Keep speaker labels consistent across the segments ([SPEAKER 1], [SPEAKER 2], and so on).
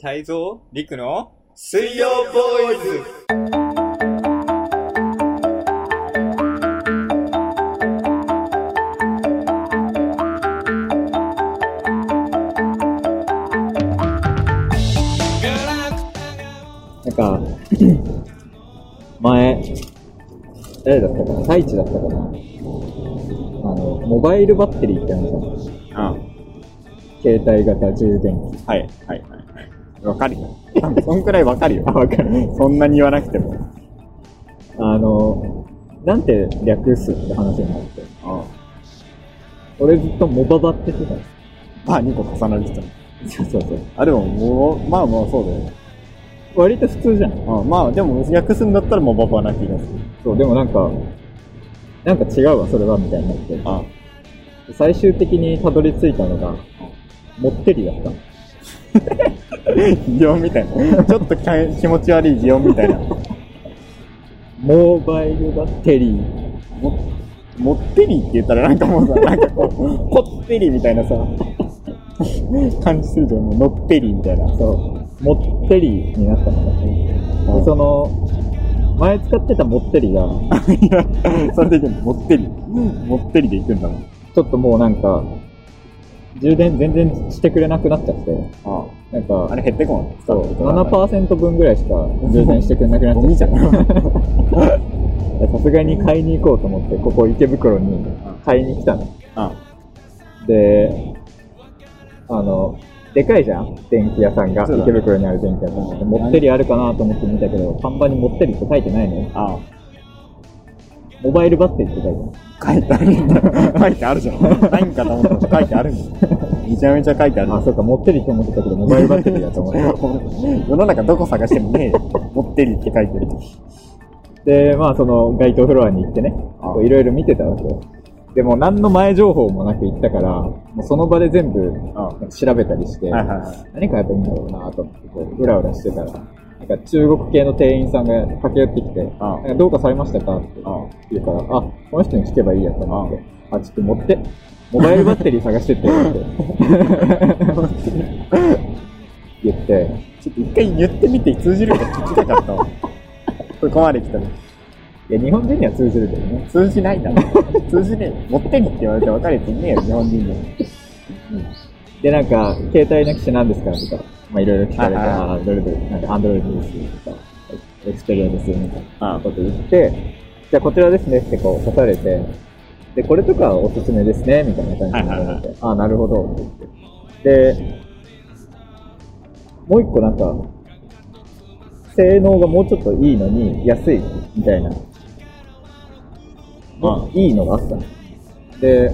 [SPEAKER 1] 泰造陸の水曜ボーイズ
[SPEAKER 2] なんか、前、誰だったかな太一だったかなあの、モバイルバッテリーってあるじゃん。
[SPEAKER 1] うん。はい、
[SPEAKER 2] 携帯型充電器。
[SPEAKER 1] はい、はい、はい。わかるよ。 そんくらいわかるよ。 わかる。そんなに言わなくても。
[SPEAKER 2] あの、なんて略すって話になって。
[SPEAKER 1] う
[SPEAKER 2] 俺ずっとモババって言ってたんで
[SPEAKER 1] ん。まあ、2個重なるてた。
[SPEAKER 2] すよ。そうそうそう。
[SPEAKER 1] あ、でも、もう、まあまあ、そうだよ。
[SPEAKER 2] 割と普通じゃん。
[SPEAKER 1] うん、まあ、でも、訳すんだったらもうババな気がする。
[SPEAKER 2] そう、でもなんか、なんか違うわ、それは、みたいになって。
[SPEAKER 1] あ
[SPEAKER 2] 最終的にたどり着いたのが、もってりだったの。
[SPEAKER 1] 擬音みたいな。ちょっとか気持ち悪い擬音みたいな。
[SPEAKER 2] モバイルバッテリー。
[SPEAKER 1] も、もってりって言ったらなんかもうさ、なんかこう、こってりみたいなさ、感じすると思う。のってりみたいな。
[SPEAKER 2] そう、もってりになったのね。
[SPEAKER 1] う
[SPEAKER 2] で
[SPEAKER 1] ん
[SPEAKER 2] その、前使ってたモッテリが、
[SPEAKER 1] いや、それでいくんだ。もってり。もってりでいくんだもん。
[SPEAKER 2] ちょっともうなんか、充電全然してくれなくなっちゃって、
[SPEAKER 1] あ
[SPEAKER 2] なんか、
[SPEAKER 1] あれ減ってこない。
[SPEAKER 2] そう、7%分ぐらいしか充電してくれなくなっ
[SPEAKER 1] ゴ
[SPEAKER 2] ちゃ
[SPEAKER 1] ミ
[SPEAKER 2] っ
[SPEAKER 1] じゃん。
[SPEAKER 2] て、さすがに買いに行こうと思って、ここ池袋に買いに来たの。
[SPEAKER 1] あ
[SPEAKER 2] で、あの、でかいじゃん電気屋さんが、
[SPEAKER 1] そうだね
[SPEAKER 2] 池袋にある電気屋さん
[SPEAKER 1] う
[SPEAKER 2] で。
[SPEAKER 1] ん
[SPEAKER 2] モッテリあるかなと思って見たけど、看板にモッテリって書いてないのよ。
[SPEAKER 1] あ。
[SPEAKER 2] モバイルバッテリーって書いてある。
[SPEAKER 1] 書いてあるんだ。書いてあるじゃん。ないんかと思ったら書いてあるんだ。めちゃめちゃ書いてある。
[SPEAKER 2] あ、そうか、持ってるって思ってたけど、モバイルバッテリーだと思 っ
[SPEAKER 1] 世の中どこ探してもねえよ。もってりって書いてる。
[SPEAKER 2] て。で、まあ、その、街頭フロアに行ってね、
[SPEAKER 1] あ
[SPEAKER 2] こういろいろ見てたわけよ。でも、何の前情報もなく行ったから、もうその場で全部
[SPEAKER 1] あ
[SPEAKER 2] 調べたりして、
[SPEAKER 1] はいはいはい
[SPEAKER 2] 何買えばいいんだろうなと思って、こう、うらうらしてたら、なんか中国系の店員さんが駆け寄ってきて、
[SPEAKER 1] あ
[SPEAKER 2] なんかどうかされましたかって
[SPEAKER 1] あ
[SPEAKER 2] 言うから、あ、この人に聞けばいいやと思って、あ、ちょっと持って、モバイルバッテリー探してって 言われて言って、
[SPEAKER 1] ちょっと一回言ってみて通じるか聞きたかったわ。ここまで来たら。
[SPEAKER 2] いや、日本人には通じるけどね。
[SPEAKER 1] 通じないだろ。通じねえよ。もってりって言われて別れてねえよ、日本人で。
[SPEAKER 2] で、なんか、携帯の機種なんですかとか、まあ、いろいろ聞かれて、
[SPEAKER 1] はいはいはい
[SPEAKER 2] あーどれどれ、なんか、アンドロイドですとか、エクスペリアですみたい
[SPEAKER 1] あ
[SPEAKER 2] なこと言って、じゃあ、こちらですねってこう、刺されて、で、これとかおすすめですね、みたいな感じにな
[SPEAKER 1] はい
[SPEAKER 2] ら
[SPEAKER 1] は
[SPEAKER 2] れ
[SPEAKER 1] い
[SPEAKER 2] て、あーなるほど、って言って。で、もう一個なんか、性能がもうちょっといいのに、安い、みたいな
[SPEAKER 1] あ
[SPEAKER 2] いいのがあったの。で、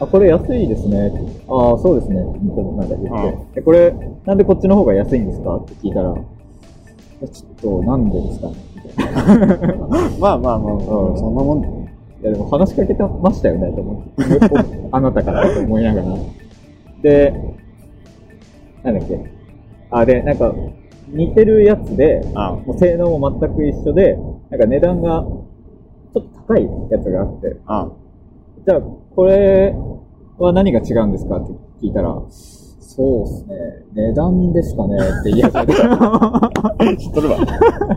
[SPEAKER 2] あ、これ安いですね。ああ、そうですね。向こうもなんか言って。
[SPEAKER 1] う
[SPEAKER 2] で、これ、なんでこっちの方が安いんですかって聞いたら、いやちょっと、なんでですかねみたいな。
[SPEAKER 1] まあまあまあ、
[SPEAKER 2] うん
[SPEAKER 1] そんなもんだよ。
[SPEAKER 2] いや、でも話しかけてましたよね、と思って。 あなたからと思いながら。で、なんだっけ。あ、で、なんか、似てるやつで、
[SPEAKER 1] あ
[SPEAKER 2] もう性能も全く一緒で、なんか値段が、ちょっと高いやつがあって、
[SPEAKER 1] あ
[SPEAKER 2] じゃあ、これは何が違うんですかって聞いたら、そうですね、値段ですかねって言い始め
[SPEAKER 1] あ。知っとるわ。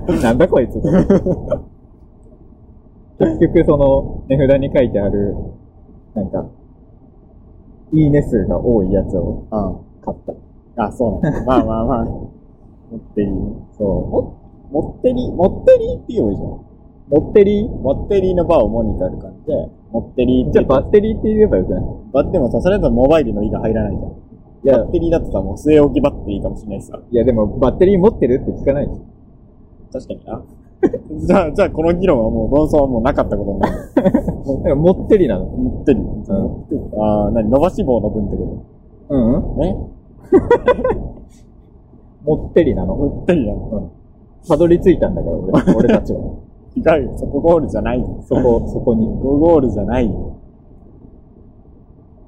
[SPEAKER 2] て、なんだこいつと思って結局、その、値札に書いてある、なんか、いいね数が多いやつを
[SPEAKER 1] う
[SPEAKER 2] 買った。
[SPEAKER 1] ん。あ、そうなんだ。まあまあまあ。もってり。
[SPEAKER 2] そ
[SPEAKER 1] も、もってり、もってりって言えばいいじゃん。
[SPEAKER 2] う。持ってり
[SPEAKER 1] もってりのバーをモニターる感じで、もってりっ
[SPEAKER 2] じ
[SPEAKER 1] て
[SPEAKER 2] ゃあ、バッテリーって言えばよくない
[SPEAKER 1] バッテもさ、それだとモバイルの「い」が入らないじゃん。
[SPEAKER 2] いや
[SPEAKER 1] バッ、テリーだとさ、もう据え置きバッテリーかもしれないしさ。
[SPEAKER 2] いやでも、バッテリー持ってるって聞かないでしょ
[SPEAKER 1] 確かにな。 じゃあ、じゃあこの議論はもう論争はもうなかったことになる。
[SPEAKER 2] だから、持ってりなの。
[SPEAKER 1] もってり。ああ、なに、伸ばし棒の分ってこ
[SPEAKER 2] うん
[SPEAKER 1] とね。
[SPEAKER 2] 持ってりなの。
[SPEAKER 1] もってりなの。
[SPEAKER 2] うん。たどり着いたんだから、俺俺たちは。
[SPEAKER 1] 違うよ。そこゴールじゃないよ。
[SPEAKER 2] そこ、そこに。
[SPEAKER 1] そこゴールじゃないよ。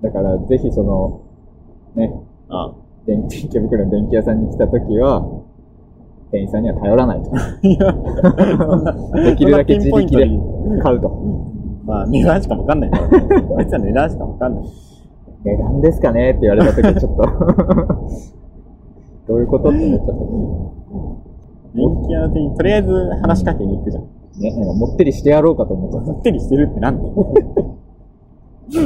[SPEAKER 2] だから、ぜひその、ね、
[SPEAKER 1] ああ。
[SPEAKER 2] 電気、池袋の電気屋さんに来た時は、店員さんには頼らないと。
[SPEAKER 1] いや、
[SPEAKER 2] できるだけ自
[SPEAKER 1] そんなピンポイン
[SPEAKER 2] 力
[SPEAKER 1] ト
[SPEAKER 2] で
[SPEAKER 1] に
[SPEAKER 2] 買うと。
[SPEAKER 1] まあ、値段しかわかんないからね。あいつは値段しかわかんない。
[SPEAKER 2] 値段ですかねって言われた時、ちょっと、 どういうことって思っちゃっ
[SPEAKER 1] 人気屋の店員、とりあえず話しかけに行くじゃん。
[SPEAKER 2] た。ね、なんかもってりしてやろうかと思っちゃっ
[SPEAKER 1] もってりしてるってなんで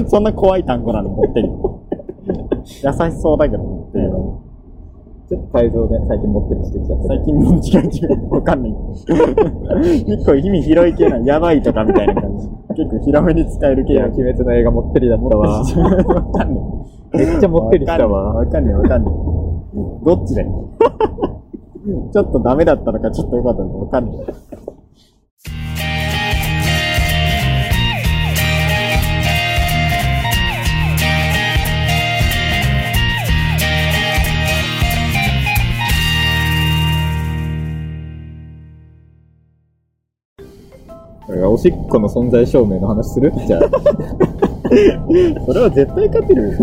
[SPEAKER 1] そんな怖い単語なの、もってり。優しそうだけど、もってりは。
[SPEAKER 2] た。ちょっと改造で最近もってりしてきちゃって
[SPEAKER 1] 最近も違う違う。わかんない。結構意味広い系なの、やばいとかみたいな感じ。結構広めに使える
[SPEAKER 2] る。い
[SPEAKER 1] 系
[SPEAKER 2] や、
[SPEAKER 1] な
[SPEAKER 2] 鬼滅の映画もってりだっ たわ。
[SPEAKER 1] わかんない。
[SPEAKER 2] めっちゃもってりしたわ。
[SPEAKER 1] わかんないわかんない。どっちだよ。ちょっとダメだったのか、ちょっと良かったのかわかんない。
[SPEAKER 2] だからおしっこの存在証明の話するじゃあ。
[SPEAKER 1] それは絶対勝て るよ。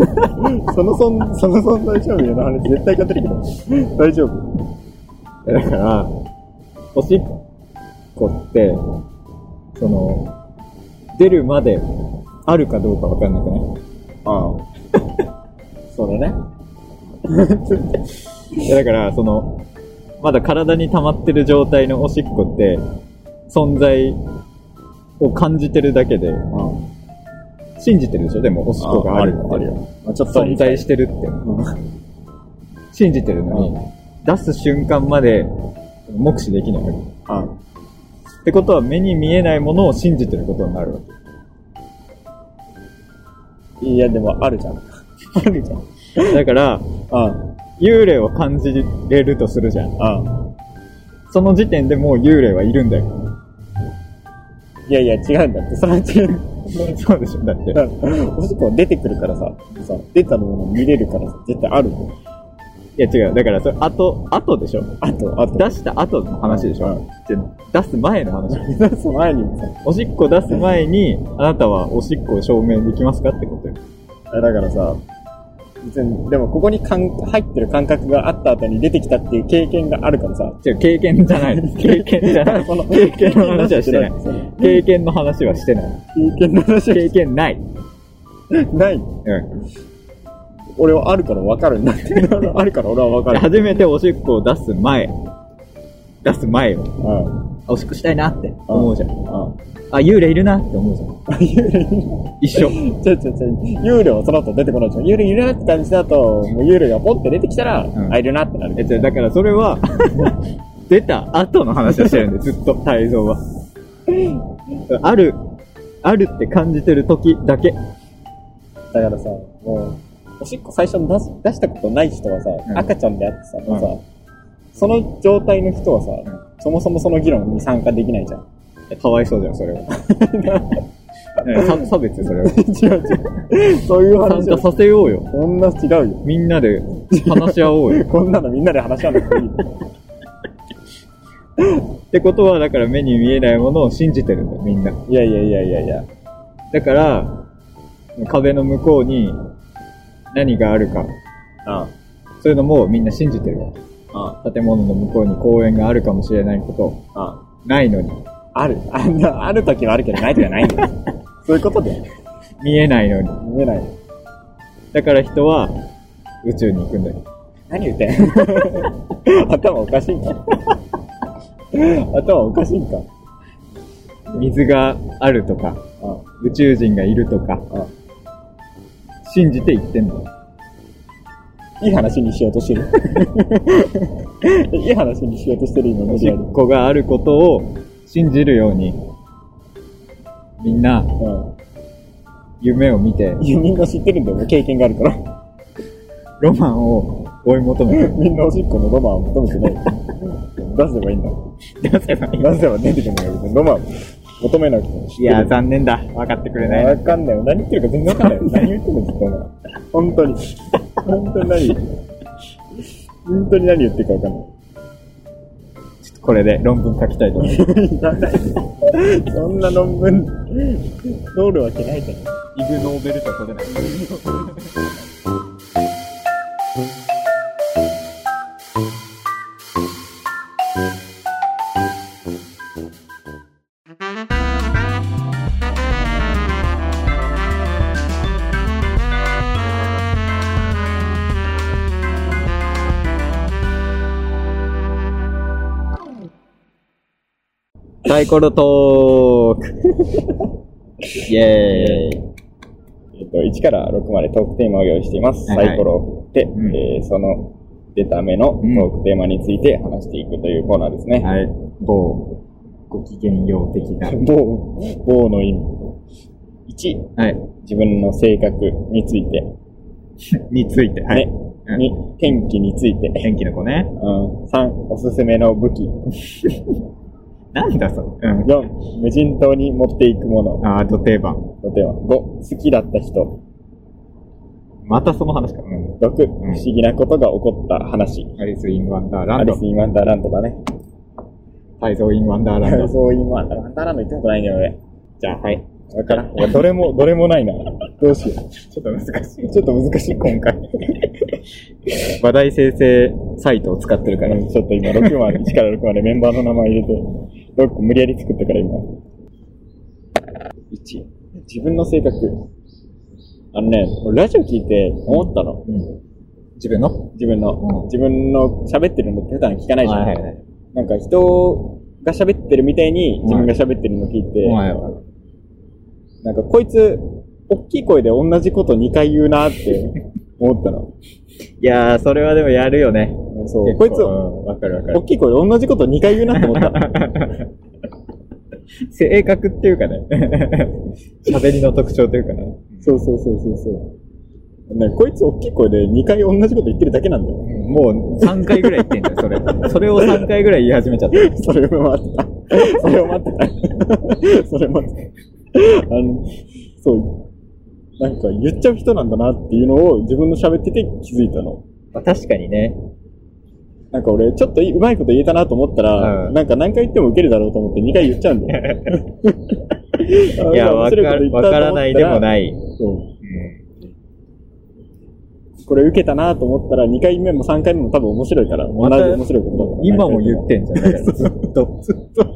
[SPEAKER 1] その存その存在証明の話絶対勝てるけど。大丈夫。
[SPEAKER 2] だから、おしっこって、その、出るまであるかどうかわかんなくない
[SPEAKER 1] ああ。 そうだね。
[SPEAKER 2] いやだから、その、まだ体に溜まってる状態のおしっこって、存在を感じてるだけで、
[SPEAKER 1] ああ
[SPEAKER 2] 信じてるでしょでも、おしっこがあるって。
[SPEAKER 1] あるよ。まあちょっと
[SPEAKER 2] 存在してるって。信じてるのに、出す瞬間まで目視できないわけ。
[SPEAKER 1] あ
[SPEAKER 2] ってことは、目に見えないものを信じてることになるわ
[SPEAKER 1] あ
[SPEAKER 2] け。
[SPEAKER 1] いや、でもあるじ ゃん。あるじゃん。
[SPEAKER 2] だから、
[SPEAKER 1] あ
[SPEAKER 2] 幽霊を感じれるとするじゃん。
[SPEAKER 1] あ。ああ。
[SPEAKER 2] その時点でもう幽霊はいるんだよ。
[SPEAKER 1] いやいや、違うんだって。そのうち、
[SPEAKER 2] そうでしょだって。
[SPEAKER 1] おしっこ出てくるからさ、さ出たのも見れるからさ、絶対あるの。
[SPEAKER 2] いや違う。だから、それ、後、後でしょ
[SPEAKER 1] あと、あと。
[SPEAKER 2] 出した後の話でしょじゃ出す前の話。
[SPEAKER 1] 出す前にもさ、
[SPEAKER 2] おしっこ出す前に、あなたはおしっこを証明できますかってことよ。
[SPEAKER 1] だからさ、別に、でもここにかん入ってる感覚があった後に出てきたっていう経験があるからさ、
[SPEAKER 2] 違う、経験じ ゃない。経験じゃない。
[SPEAKER 1] その
[SPEAKER 2] 経験の話はしてない。経験の話はしてない。
[SPEAKER 1] 経験の話
[SPEAKER 2] 経験ない。
[SPEAKER 1] はない。
[SPEAKER 2] うん。
[SPEAKER 1] 俺はあるから分かるんだって。あるから俺は分かる。
[SPEAKER 2] 初めておしっこを出す前。出す前よ。
[SPEAKER 1] うん。
[SPEAKER 2] あおしっこしたいなって思うじゃん。
[SPEAKER 1] うん。
[SPEAKER 2] あ、幽霊いるなって思うじゃん。
[SPEAKER 1] 幽霊、
[SPEAKER 2] 一緒。
[SPEAKER 1] ちょちょちょ、幽霊はその後出てこないじゃん。幽霊いるなって感じだと、もう幽霊がポンって出てきたら、
[SPEAKER 2] ん
[SPEAKER 1] あ、いるなってなるけ
[SPEAKER 2] え、
[SPEAKER 1] ど。
[SPEAKER 2] じゃあだからそれは、 出た後の話をしてるんで、ずっと、泰造は。ある、あるって感じてる時だけ。
[SPEAKER 1] だからさ、もう、おしっこ最初に出す出したことない人はさ、
[SPEAKER 2] ん
[SPEAKER 1] 赤ちゃんであってさ、もうさ、
[SPEAKER 2] う
[SPEAKER 1] その状態の人はさ、
[SPEAKER 2] ん
[SPEAKER 1] そもそもその議論に参加できないじゃん。
[SPEAKER 2] かわいそうじゃん、それ は。ね差差別よそれは。
[SPEAKER 1] 違う違う。そういう
[SPEAKER 2] 参
[SPEAKER 1] 話
[SPEAKER 2] 加
[SPEAKER 1] は
[SPEAKER 2] させようよ。
[SPEAKER 1] こんな違うよ。
[SPEAKER 2] みんなで話し合おう よ。
[SPEAKER 1] こんなのみんなで話し合わなくていい。
[SPEAKER 2] ってことは、だから目に見えないものを信じてるんだよ、みんな。
[SPEAKER 1] いやいやいやいやいや。
[SPEAKER 2] だから、壁の向こうに何があるか、
[SPEAKER 1] あ
[SPEAKER 2] そういうのもみんな信じてるわけ。
[SPEAKER 1] あ、
[SPEAKER 2] 建物の向こうに公園があるかもしれないこと、
[SPEAKER 1] ああ。
[SPEAKER 2] ないのに、
[SPEAKER 1] ある、あんなある時はあるけどない時はないんだ よ。そういうことで。
[SPEAKER 2] 見えないのに。
[SPEAKER 1] 見えない。
[SPEAKER 2] だから人は宇宙に行くんだよ。
[SPEAKER 1] 何言って ん頭おかしいんか頭おかしいんか
[SPEAKER 2] 水があるとか、
[SPEAKER 1] あ
[SPEAKER 2] 宇宙人がいるとか、
[SPEAKER 1] あ
[SPEAKER 2] 信じて行ってんだよ。
[SPEAKER 1] いい話にしようと してる。いい話にしようとしてる今、無
[SPEAKER 2] お
[SPEAKER 1] 理
[SPEAKER 2] し
[SPEAKER 1] や
[SPEAKER 2] っ
[SPEAKER 1] り。
[SPEAKER 2] こがあることを信じるように、みんな
[SPEAKER 1] う
[SPEAKER 2] 夢を見て
[SPEAKER 1] ん。、いやみんな知ってるんだよ、俺経験があるから。
[SPEAKER 2] ロマンを追い求め
[SPEAKER 1] みんなおしっこのロマンを求めてない。 出せばいいんだ。
[SPEAKER 2] て 出せばいい。
[SPEAKER 1] 出せば出てくるんだよ、別にロマン求めなくても知ってる。
[SPEAKER 2] いや、残念だ。分かってくれないな。
[SPEAKER 1] わかんないよ。何言ってるか全然わかん ないよ。何言ってるのずっとお前。本当に。本当に何言ってる本当に何言ってるかわかんない。
[SPEAKER 2] ちょっとこれで論文書きたいと思います。
[SPEAKER 1] いらない。そんな論文、通るわけないじゃん。
[SPEAKER 2] イグ・ノーベル賞取れない。サイコロト ークイエーイ
[SPEAKER 1] えっと、1から6までトークテーマを用意しています。
[SPEAKER 2] はいはい
[SPEAKER 1] サイコロを振って、
[SPEAKER 2] うん
[SPEAKER 1] えーその出た目のトークテーマについて話していくというコーナーですね。
[SPEAKER 2] はい、某ご機嫌よう的な。
[SPEAKER 1] 某、某の意味。1、
[SPEAKER 2] はい。
[SPEAKER 1] 自分の性格について。
[SPEAKER 2] について。はい。
[SPEAKER 1] ね
[SPEAKER 2] うん
[SPEAKER 1] 2、天気について。
[SPEAKER 2] 天気の子ね。
[SPEAKER 1] うん、3、おすすめの武器。
[SPEAKER 2] なんだそれ。うん。
[SPEAKER 1] 4、無人島に持っていくもの。
[SPEAKER 2] あード定番。
[SPEAKER 1] とては。5、好きだった人。
[SPEAKER 2] またその話か。うん。
[SPEAKER 1] 6、不思議なことが起こった話。
[SPEAKER 2] アリス・イン・ワンダーラ
[SPEAKER 1] ア
[SPEAKER 2] ン
[SPEAKER 1] リ
[SPEAKER 2] ド
[SPEAKER 1] ス・。イン・ワンダーランドだね。
[SPEAKER 2] タイゾー・イン・ワンダーランド。
[SPEAKER 1] そういうワンダーランド行ったことないんだよ、俺。
[SPEAKER 2] じゃあ、はい。
[SPEAKER 1] わからん。いや、どれも、どれもないな。どうしよ
[SPEAKER 2] ちょっと難し
[SPEAKER 1] う。ちょっと難しい、今回。
[SPEAKER 2] い。話題生成サイトを使ってるから。
[SPEAKER 1] うんちょっと今、6まで、1から6までメンバーの名前入れて、6個無理やり作ったから今。1、自分の性格。あのね、俺ラジオ聞いて思ったの。
[SPEAKER 2] うん。自分の
[SPEAKER 1] 自分の
[SPEAKER 2] う。ん
[SPEAKER 1] 自分の喋ってるのって普段聞かないじゃん。
[SPEAKER 2] はい。
[SPEAKER 1] なんか人が喋ってるみたいに自分が喋ってるの聞いて、
[SPEAKER 2] お前は。
[SPEAKER 1] なんかこいつ、大きい声で同じこと2回言うなって思った の。
[SPEAKER 2] いやー、それはでもやるよね。
[SPEAKER 1] そう。こいつ、
[SPEAKER 2] うんわかるわか
[SPEAKER 1] 大きい声で同じこと2回言うなって思ったの。
[SPEAKER 2] る。性格っていうかね。 喋りの特徴というかね。
[SPEAKER 1] そうそうそうそうそう。ね、こいつ大きい声で2回同じこと言ってるだけなんだよ。
[SPEAKER 2] もう3回ぐらい言ってんじゃん、そ れ。それを3回ぐらい言い始めちゃった。
[SPEAKER 1] それを待ってた。それを待ってた。それを待ってた。あの、そう。なんか言っちゃう人なんだなっていうのを自分の喋ってて気づいたの。
[SPEAKER 2] まあ、確かにね。
[SPEAKER 1] なんか俺、ちょっとうまいこと言えたなと思ったら、
[SPEAKER 2] うん
[SPEAKER 1] なんか何回言ってもウケるだろうと思って2回言っちゃうんだよ。
[SPEAKER 2] いや、わかわからないでも
[SPEAKER 1] い。
[SPEAKER 2] ない。
[SPEAKER 1] そうこれ受けたなと思ったら2回目も3回目も多分面白いから、同
[SPEAKER 2] また
[SPEAKER 1] じ面白いことだから。
[SPEAKER 2] 今も言ってんじゃん。だから ずっと。ずっと。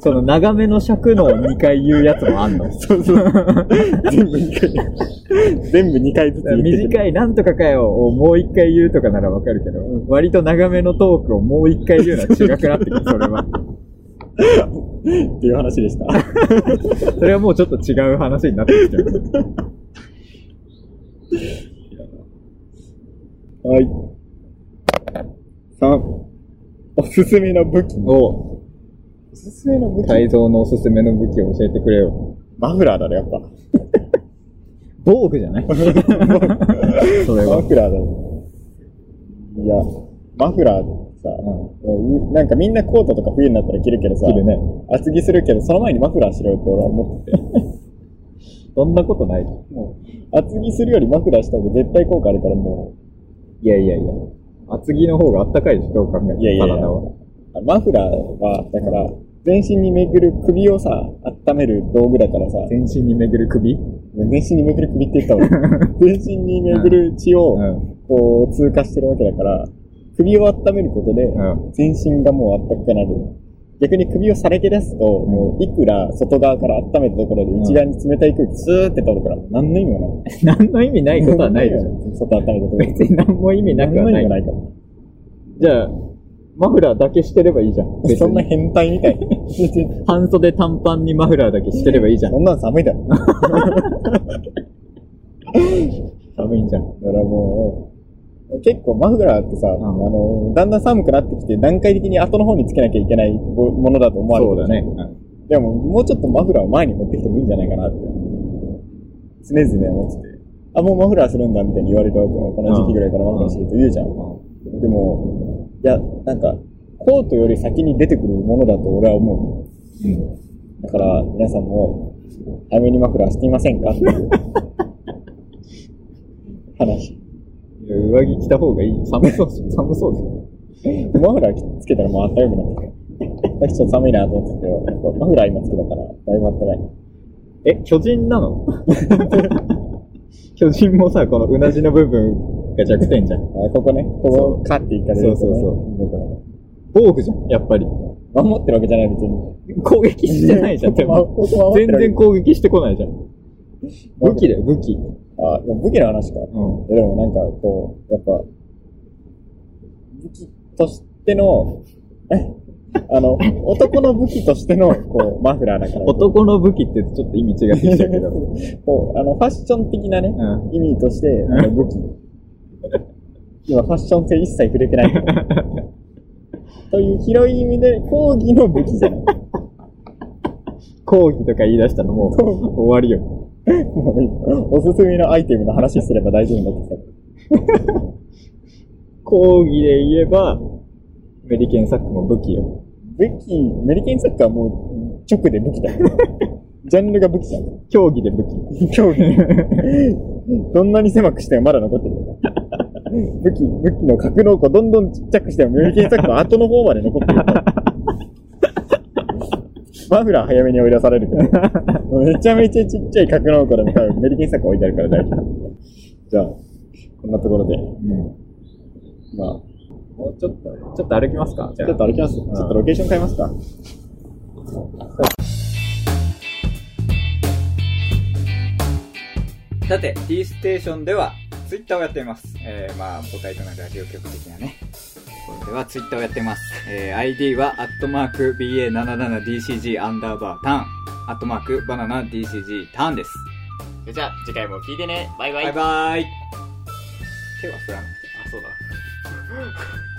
[SPEAKER 2] その長めの尺の2回言うやつもあんの。
[SPEAKER 1] そうそう。全部2回。全部2回ずつ言ってくる
[SPEAKER 2] 短いなんとかかよをもう一回言うとかならわかるけど、割と長めのトークをもう一回言うのは違くなってくる、それは。
[SPEAKER 1] っていう話でした。
[SPEAKER 2] それはもうちょっと違う話になってきてる。
[SPEAKER 1] はい。3、おすすめの武器。
[SPEAKER 2] お
[SPEAKER 1] おすすめの武
[SPEAKER 2] 泰造のおすすめの武器を教えてくれよ。
[SPEAKER 1] マフラーだね、やっぱ。
[SPEAKER 2] 防具じゃ ないそれ
[SPEAKER 1] マ
[SPEAKER 2] は。
[SPEAKER 1] フラーだね。いや、マフラーさ、もうなんかみんなコートとか冬になったら着るけどさ、
[SPEAKER 2] 着るね
[SPEAKER 1] 厚着するけど、その前にマフラーしろよって俺は思ってて。
[SPEAKER 2] そんなことない。
[SPEAKER 1] もう厚着するよりマフラーした方が絶対効果あるからも
[SPEAKER 2] いやいやいや。厚着の方があったかいでしょ、どう考えても
[SPEAKER 1] いやいやいや
[SPEAKER 2] 体は。
[SPEAKER 1] う、あマフラーは、だから、全身に巡る首をさ、温める道具だからさ、
[SPEAKER 2] 全身に巡る首
[SPEAKER 1] 全身に巡る首って言ったわ。 全身に巡る血を、
[SPEAKER 2] うん。
[SPEAKER 1] こう、通過してるわけだから、首を温めることで、
[SPEAKER 2] うん。
[SPEAKER 1] 全身がもうあったかくなる。逆に首をされて出すと、もういくら外側から温めたところで内側に冷たい空気スーって通るから、何の意味もない。
[SPEAKER 2] 何の意味ないことはな いでしょ。
[SPEAKER 1] ょ。外温めたところで。
[SPEAKER 2] 別に何も意味なく
[SPEAKER 1] 何
[SPEAKER 2] は
[SPEAKER 1] の意
[SPEAKER 2] な。
[SPEAKER 1] 味もないいから。
[SPEAKER 2] じゃあ、マフラーだけしてればいいじゃん。別に
[SPEAKER 1] そんな変態みた い。
[SPEAKER 2] 半袖短パンにマフラーだけしてればい いじゃん
[SPEAKER 1] そ。んなん寒いだろ。だか
[SPEAKER 2] 寒いんじゃん。
[SPEAKER 1] らもう、結構マフラーってさ、
[SPEAKER 2] ん
[SPEAKER 1] あの、だんだん寒くなってきて、段階的に後の方につけなきゃいけないものだと思われて
[SPEAKER 2] そ
[SPEAKER 1] る
[SPEAKER 2] うだね。
[SPEAKER 1] でも、もうちょっとマフラーを前に持ってきてもいいんじゃないかなって、常々思ってて。あ、もうマフラーするんだ、みたいに言われるわけも、この時期ぐらいからマフラーすると言うじゃん。でも、いや、なんか、コートより先に出てくるものだと俺は思
[SPEAKER 2] うん。
[SPEAKER 1] う。だから、皆さんも、早めにマフラーしてみませんかっていう話。
[SPEAKER 2] 上着着た方がいい。寒そう し、寒そうで
[SPEAKER 1] マフラーつけたらもうあったかくなってきて。私ちょっと寒いなと思ってたけど、マフラー今つけたから、だいぶあったかい。
[SPEAKER 2] す。え、巨人なの 巨人もさ、このうなじの部分が弱点じゃん。
[SPEAKER 1] あ、ここね、ここ、カッていかれるとね。
[SPEAKER 2] そうそうそう
[SPEAKER 1] だから
[SPEAKER 2] 防具じゃん、やっぱり。
[SPEAKER 1] 守ってるわけじゃない別に。
[SPEAKER 2] 攻撃してな いじゃん、でも。全然攻撃してこないじゃん。武器だよ、武器。
[SPEAKER 1] あ、でも武器の話か。
[SPEAKER 2] うん。
[SPEAKER 1] でもなんかこう、やっぱ、武器としての、えあの、男の武器としての、こう、マフラーだから。
[SPEAKER 2] 男の武器ってちょっと意味違ってきたけど。
[SPEAKER 1] こう、あの、ファッション的なね、
[SPEAKER 2] うん。
[SPEAKER 1] 意味として、あの、武器。今、ファッション性一切触れてないから。という広い意味で、抗議の武器じゃない。
[SPEAKER 2] 抗議とか言い出したらもう終わりよ。
[SPEAKER 1] もういいおすすめのアイテムの話すれば大丈夫になってきた。
[SPEAKER 2] 抗議で言えば、メリケンサックも武器よ。
[SPEAKER 1] 武器、メリケンサッカーはもう直で武器だ よ。ジャンルが武器じゃん。
[SPEAKER 2] 競技で武器。
[SPEAKER 1] 競技。どんなに狭くしてもまだ残ってる。武器、武器の格納庫どんどんちっちゃくしてもメリケンサッカーは後の方まで残ってる。マフラー早めに追い出されるけど。めちゃめちゃちっちゃい格納庫でも多分メリケンサッカー置いてあるから大丈夫。じゃあ、こんなところで、
[SPEAKER 2] うん。
[SPEAKER 1] まあ、
[SPEAKER 2] もうちょっと、ちょっと歩きますかじゃあ
[SPEAKER 1] ちょっと歩きます。ちょっとロケーション変えますか。
[SPEAKER 3] さて、T ステーションでは、ツイッターをやっています。えー、まあ、母体となるラジオ局的なね。ところでは、ツイッターをやってます。えー、ID は、アットマーク、BA77DCG アンダーバーターン、アットマーク、バナナ DCG ターンです。
[SPEAKER 4] それじゃあ、次回も聞いてね。バイバイ。
[SPEAKER 3] バイバイ。手は振らなくて。
[SPEAKER 4] あ、そうだ。